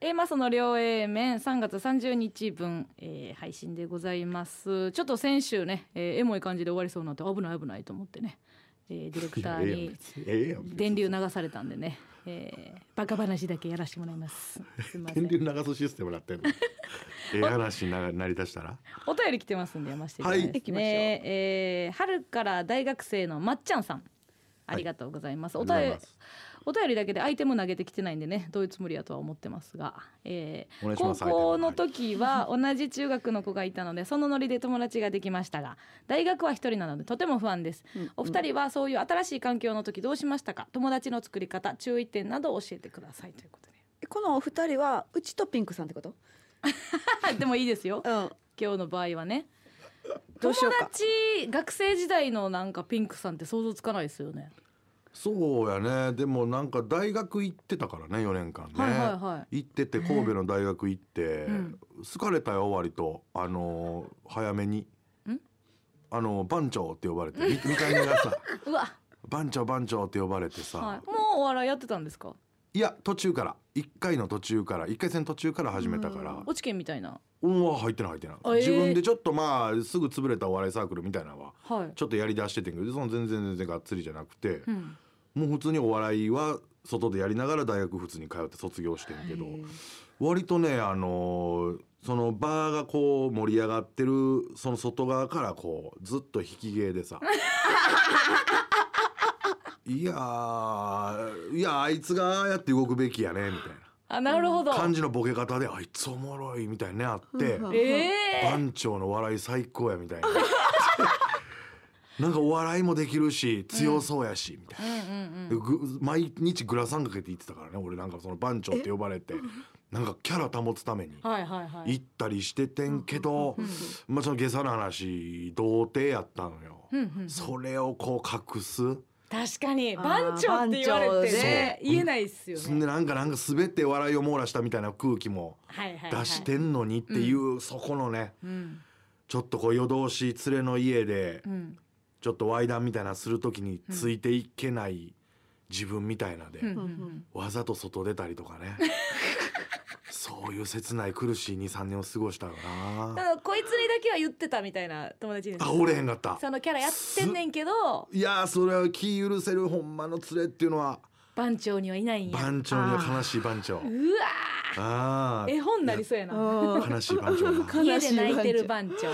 えー、マスの両 A 面3月30日分、えー、配信でございますちょっと先週ね、えー、エモい感じで終わりそうになって危ない危ないと思ってね、えー、ディレクターいやにええやん別に電流流されたんでね、えー、バカ話だけやらせてもらい ますすいませ電ん流流すシステムなってん のええ話にな成り立したらお便り来てますんで読ませていただはいきますね、えー春から大学生のまっちゃんさんありがとうございます、おあ便りがりとうございますお便りだけでアイテム投げてきてないんでねどういうつもりやとは思ってますが、えーお願いし高ます校の時は同じ中学の子がいたのでそのノリで友達ができましたが大学は一人なのでとても不安です、お二人はそういう新しい環境の時どうしましたか友達の作り方注意点などを教えてくださいということで このお二人はうちとピンクさんってこと？あでもいいですようん。今日の場合はねどうしようか友達学生時代のなんかピンクさんって想像つかないですよねそうやねでもなんか大学行ってたからね4年間ね、はいはいは行ってて神戸の大学行って、ん好かれたよ割とあのー早めにあのー番長って呼ばれてみ見た目がさ うわ、番長番長って呼ばれてさ、はい、もうお笑いやってたんですかい、や途中から1回の途中から1回戦途中から始めたから落ち券みたいなうんは入ってない入ってない、えー自分でちょっとまあすぐ潰れたお笑いサークルみたいなのははいちょっとやりだしててんけどその全然全然がっつりじゃなくて、うんもう普通にお笑いは外でやりながら大学普通に通って卒業してんけど割とねあのーそのバーがこう盛り上がってるその外側からこうずっと引き芸でさいやーいやあいつがああやって動くべきやねみたいあなるほどな感じのボケ方であいつおもろいみたいにねあってうんうんええ番長の笑い最高やみたいな なんかお笑いもできるし強そうやしみたいな。うんうんでぐ毎日グラサンかけて行ってたからね俺なんかその番長って呼ばれてなんかキャラ保つためにうんはいはいはい行ったりしててんけど、まあその下差の話童貞やったのよ、うんうんそれをこう隠す、確かにあー番長って言われてね番長で言えないっすよそんでねなんかなんか全て笑いを網羅したみたいな空気もはいはいはい出してんのにっていうそこのねうんちょっとこう夜通し連れの家でうんちょっとワイダンみたいなする時についていけない自分みたいなで。うんうんううんんわざと外出たりと かねそういう切ない苦しい23年を過ごしたよたなだこいつにだけは言ってたみたいな友達にあおれへんかったそのキャラやってんねんけどいやーそれは気許せるほんまの連れっていうのは番長にはいないんや番長には悲しい番長うわーああ絵本になりそうやなうん。悲し い番長が家で泣いてる番長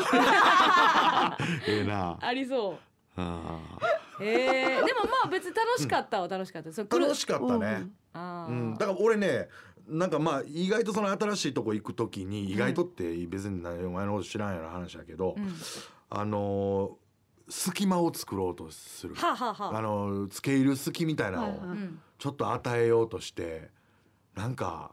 ええな ありそうあえー、でもまあ別に楽しかったは楽しかった、そのー来る楽しかったね、あうー、ん、だから俺ねなんかまあ意外とその新しいとこ行く時に意外とって別に何お前のこと知らんやろ話だけど、うんあのー隙間を作ろうとするはあ、はあはああのつけ入る隙みたいなのはをいはいうんちょっと与えようとしてなんか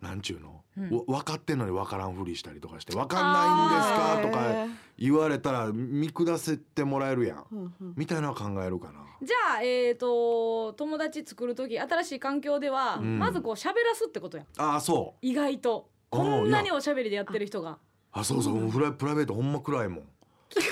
なんちゅうの、うんわ分かってんのに分からんふりしたりとかして「分かんないんですか?」とかへー言われたら見下せてもらえるやん、うんうんみたいなのは考えるかな。じゃあえっ、と友達作る時新しい環境では、うんまずこう喋らすってことやああそう意外とあーこんなにおしゃべりでやってる人があそうそう、フライプライベートほんま暗いもん聞き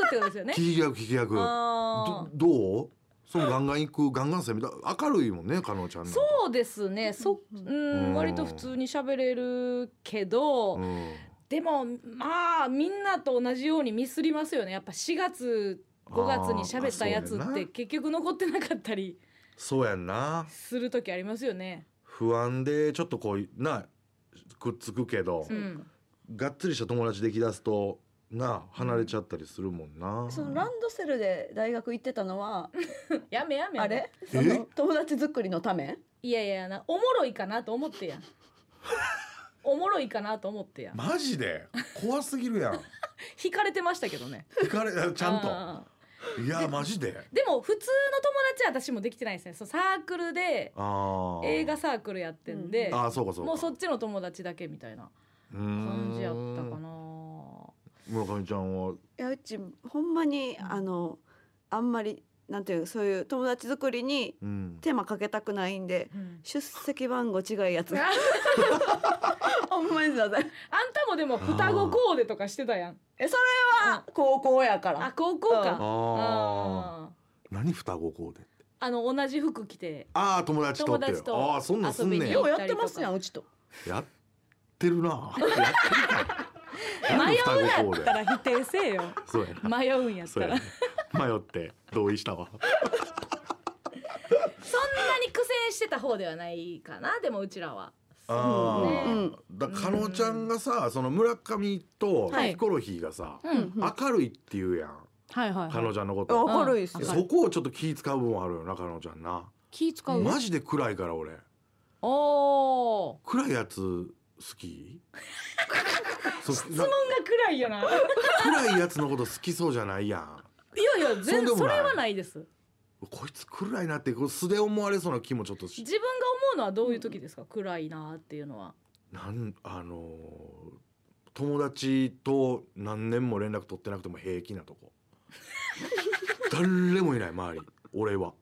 役ってことですよね聞き役聞き役どあーどうそのガンガン行くガンガン攻めた明るいもんね加納ちゃんなんかそうですねそうんうん割と普通に喋れるけど、うんでもまあみんなと同じようにミスりますよねやっぱ4月5月に喋ったやつあーあっそうやてな結局残ってなかったりそうやんなする時ありますよね。不安でちょっとこうなくっつくけど、うん、がっつりした友達できだすとなあ離れちゃったりするもんな、そのランドセルで大学行ってたのはやめやめあれえその友達作りのためいやいやなおもろいかなと思って やおもろいかなと思ってやマジで怖すぎるやん引かれてましたけどね引かれちゃんとあいやマジでーでも普通の友達は私もできてないですねそうサークルでああ映画サークルやってんで、ああそうかそうかもうそっちの友達だけみたいなうーん感じやったかな村上ちゃんはいやうちほんまにあのあんまりなんていうそういう友達作りにうん手間かけたくないんでうん 出席番号違いやつあ ほんまにすいあんませんたもでも双子コーデとかしてたや んえそれは高校やかあら高校かうんあああ何双子コーデってあの同じ服着てああ友達とって友達とああそんなんすんね遊びんにようやってますやんうちとやってるな。やってるな。迷なんで双子うんやっこうたで。ら否定せえよそうやな。迷うんやったそうらや、ね、 迷って同意したわ。そんなに苦戦してた方ではないかなでもうちらはあねあ、だかのちゃんがさ、その村上とはいヒコロヒーがさ、うん、うん明るいって言うやん、はいはい、かのちゃんのこあと。明るいですうんよ。そこをちょっと気使う部分あるよな、かのちゃんな。気使う、マジで暗いから俺。おお暗いやつ好 きそ質問が暗いよない暗いやつのこと好きそうじゃないやんやいやそう全でもなそいそれはないですこいつ暗いなってこう素で思われそうな気もちょっとし自分が思うのはどういう時ですか、暗いなーっていうのはなんあのー友達と何年も連絡取ってなくても平気なとこ誰もいない周り俺は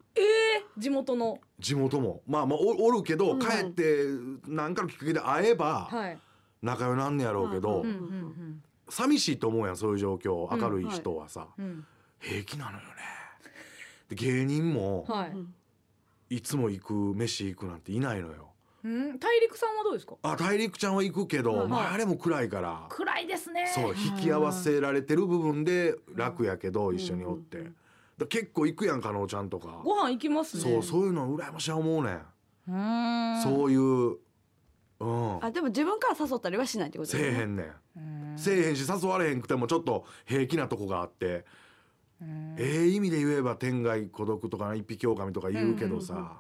地元の地元もまあまあおおるけうどん帰って何かのきっかけで会えばはい、仲良くなんねやろうけどうんんうんうん寂しいと思うやんそういう状況明るい人はさうん、平気なのよねで芸人もはうい、んいつも行く飯行くなんていないのようん、大陸さんはどうですかあ大陸ちゃんは行くけはいど、はいまあ、あれも暗いから暗いですねそう引き合わせられてる部分で楽やけど一緒におってうんだうんうんから結構行くやん加納ちゃんとかご飯行きますねそうそういうの羨ましい思うねんうーんそういううんあでも自分から誘ったりはしないってことせえですへね。んねんうーんせえへんし誘われへんくてもちょっと平気なとこがあってうーんええ意味で言えば天外孤独とか一匹狼とか言うけどうんうんうんさ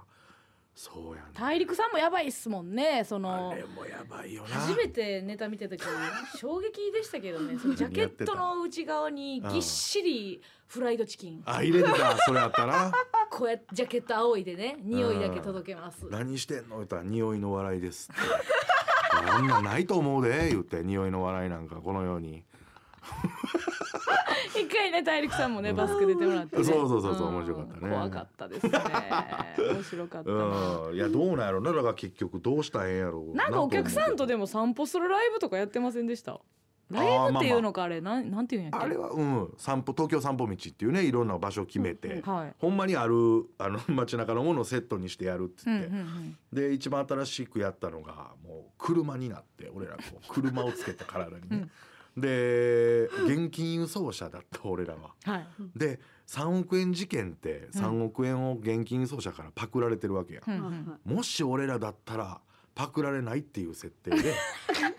そうやねん大陸さんもやばいっすもんねそのあれもやばいよな初めてネタ見た時衝撃でしたけど ねそのジャケットの内側にぎっしりフライドチキンあ入れてたそれあったなこうやってジャケット青いでね匂いだけ届けます何してんの言ったら匂いの笑いですってあんなないと思うで言って匂いの笑いなんかこのように 一回ね大陸さんもねうんバスク出てもらってねそうそうそうそうん面白かったね怖かったですね面白かったなうんいやどうなんやろなだから結局どうしたらええんやろなんかお客さんとでもも散歩するライブとかやってませんでしたライブっていうのかあれなんなんていうんやっけあれはうん散歩東京散歩道っていうねいろんな場所を決めて、うんうんはいほんまにあるあの 街中のものをセットにしてやるってうん言うって、んで一番新しくやったのがもう車になって俺らこう車をつけた体にね、で現金輸送車だった俺らはうんはいで3億円事件って3億円を現金輸送車からパクられてるわけや、うんううんはいんはもし俺らだったらパクられないっていう設定 で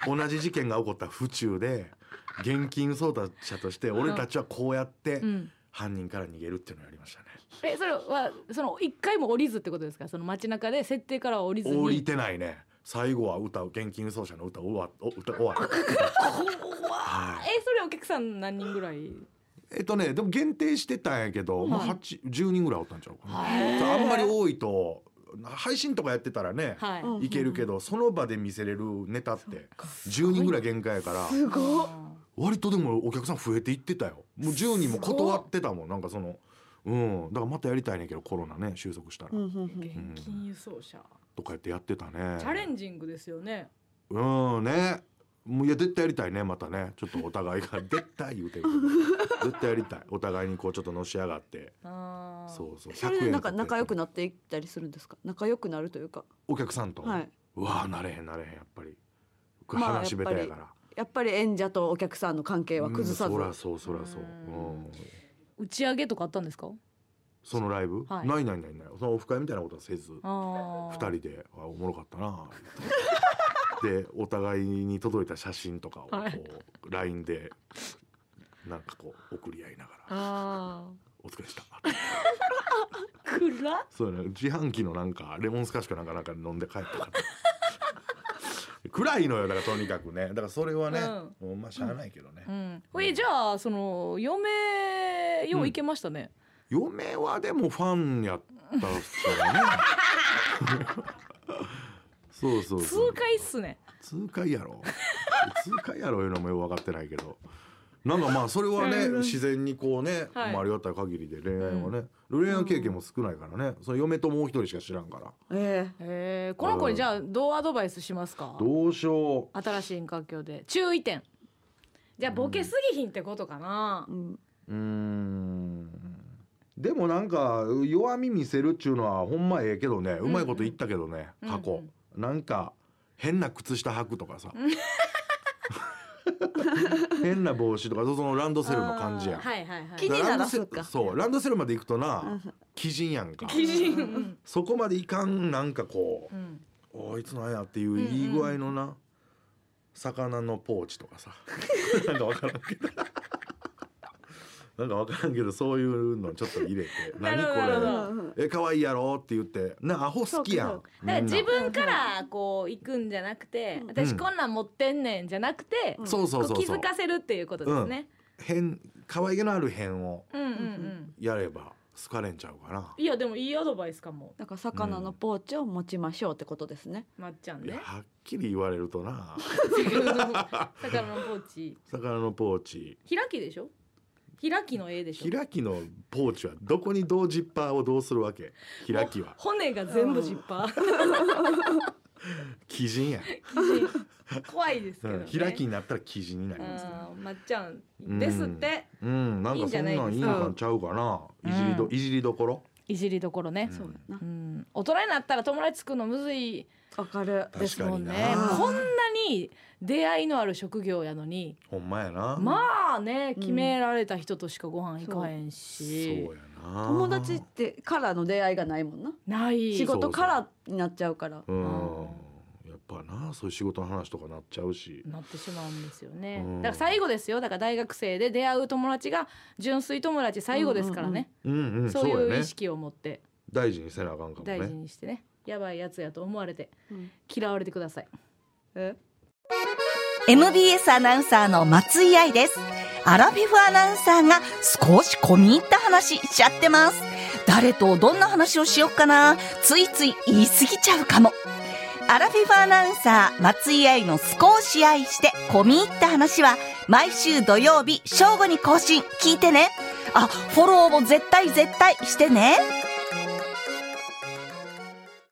同じ事件が起こった府中で現金輸送車として俺たちはこうやってうん犯人から逃げるっていうのをやりましたね、えそれはその一回も降りずってことですかその街中で設定からは降りずに降りてないね最後は歌う現金輸送車の歌終わお歌終わったはえそれお客さん何人ぐらいいえっとねでも限定してたんやけど、もうはい8 10人ぐらいおったんちゃうかな、へーあんまり多いと配信とかやってたらね、はい、うんいけるけどその場で見せれるネタって10人ぐらい限界やからすごっ。割とでもお客さん増えていってたよもう10人もすごい断ってたもんなんかそのうんだからまたやりたいねんけどコロナね収束したらうんうんうん現金輸送車、とかやってやってたねチャレンジングですよねうんねもういや絶対やりたいねまたねちょっとお互いが 絶対言うてるけど絶対やりたいお互いにこうちょっとのし上がってあーそうそうそれでなんか100円と仲良くなっていったりするんですか。仲良くなるというか。お客さんと、はい。うわあなれへんなれへんやっぱりまあ話し下手ややかっら、やっぱり演者とお客さんの関係は崩さず。うんそらそうそらそう、うんうん打ち上げとかあったんですかそのライブ、はいないないないないそのオフ会みたいなことはせずあ二ー人であ「おもろかった な」でお互いに届いた写真とかをこう、はい LINE でなんかこう送り合いながらあー「お疲れした」暗っそうやな自販機のなんかレモンスカッシュかなんかなんか飲んで帰った から暗いのよだからとにかくねだからそれはね、もうまあしゃあないけどね、うん、これじゃあその嫁よういけましたね、嫁はでもファンやったっすからね そうそう痛そう快っすね痛快やろ 痛快やろいうのもよく分かってないけどなんかまあそれはねうん自然にこうね、はいまあ、ありがたい限りで恋愛はね、恋愛経験も少ないからねその嫁ともう一人しか知らんからええー、この子にじゃあどうアドバイスしますかどうしよ新しい環境で注意点じゃあボケすぎひんってことかなえ、うん。ううーんでもなんか弱み見せるっちゅうのはほんまええけどねうまいこと言ったけどね、うん過去、うんなんか変な靴下履くとかさ 変な帽子とかそのランドセルの感じやん。はいはいはい気にならだからランドセルそうランドセルまで行くとな鬼人やんか基準うんそこまでいかんなんかこうう、んおいつなんやっていういい具合のな、魚のポーチとかさ なんかわからんけどなんかわからんけどそういうのちょっと入れて「なる何ほどこれなるほどえ可愛いやろ?」って言って「なアホ好きやそうんか」だからみんな自分からこう行くんじゃなくてうん私こんなん持ってんねんじゃなくてうんそうこそううそう気そうづかせるっていうことですね変可愛げのある変をうんうんううんうんやれば好かれんちゃうかないやでもいいアドバイスかもだから魚のポーチを持ちましょうってことですね。まっちゃんいやねはっきり言われるとな魚のポーチ魚のポーチ開きでしょ開きの絵でしょ開きのポーチはどこにどうジッパーをどうするわけ開きは骨が全部ジッパー鬼人や、 怖いですけうどんね開きになったら鬼人になりますねうんまっちゃんですってうんなんかそんなんいいのちゃうかないじりどうんいじりどころいじりどころねうんそうやなう。ん大人になったら友達作るのむずいわかる。確ですもんね確かになこんなに出会いのある職業やのにほんまやなまあねうん決められた人としかご飯行かへんそうしやな友達ってからの出会いがないもんな。ない仕そうそ事うからになっちゃうから。うんうんやっぱなそういう仕事の話とかなっちゃうしなってしまうんですよねうんだから最後ですよだから大学生で出会う友達が純粋友達最後ですからねうんうんそうそいうやう意ね識を持って大事にせなあかんかも大事ねにしてねやばいやつやと思われてうん嫌われてくださいえ MBS アナウンサーの松井愛です。アラフィフアナウンサーが少し込み入った話しちゃってます。誰とどんな話をしよっかな。ついつい言い過ぎちゃうかも。アラフィフアナウンサー松井愛の少し愛して込み入った話は毎週土曜日正午に更新聞いてね。あ、フォローも絶対絶対してね。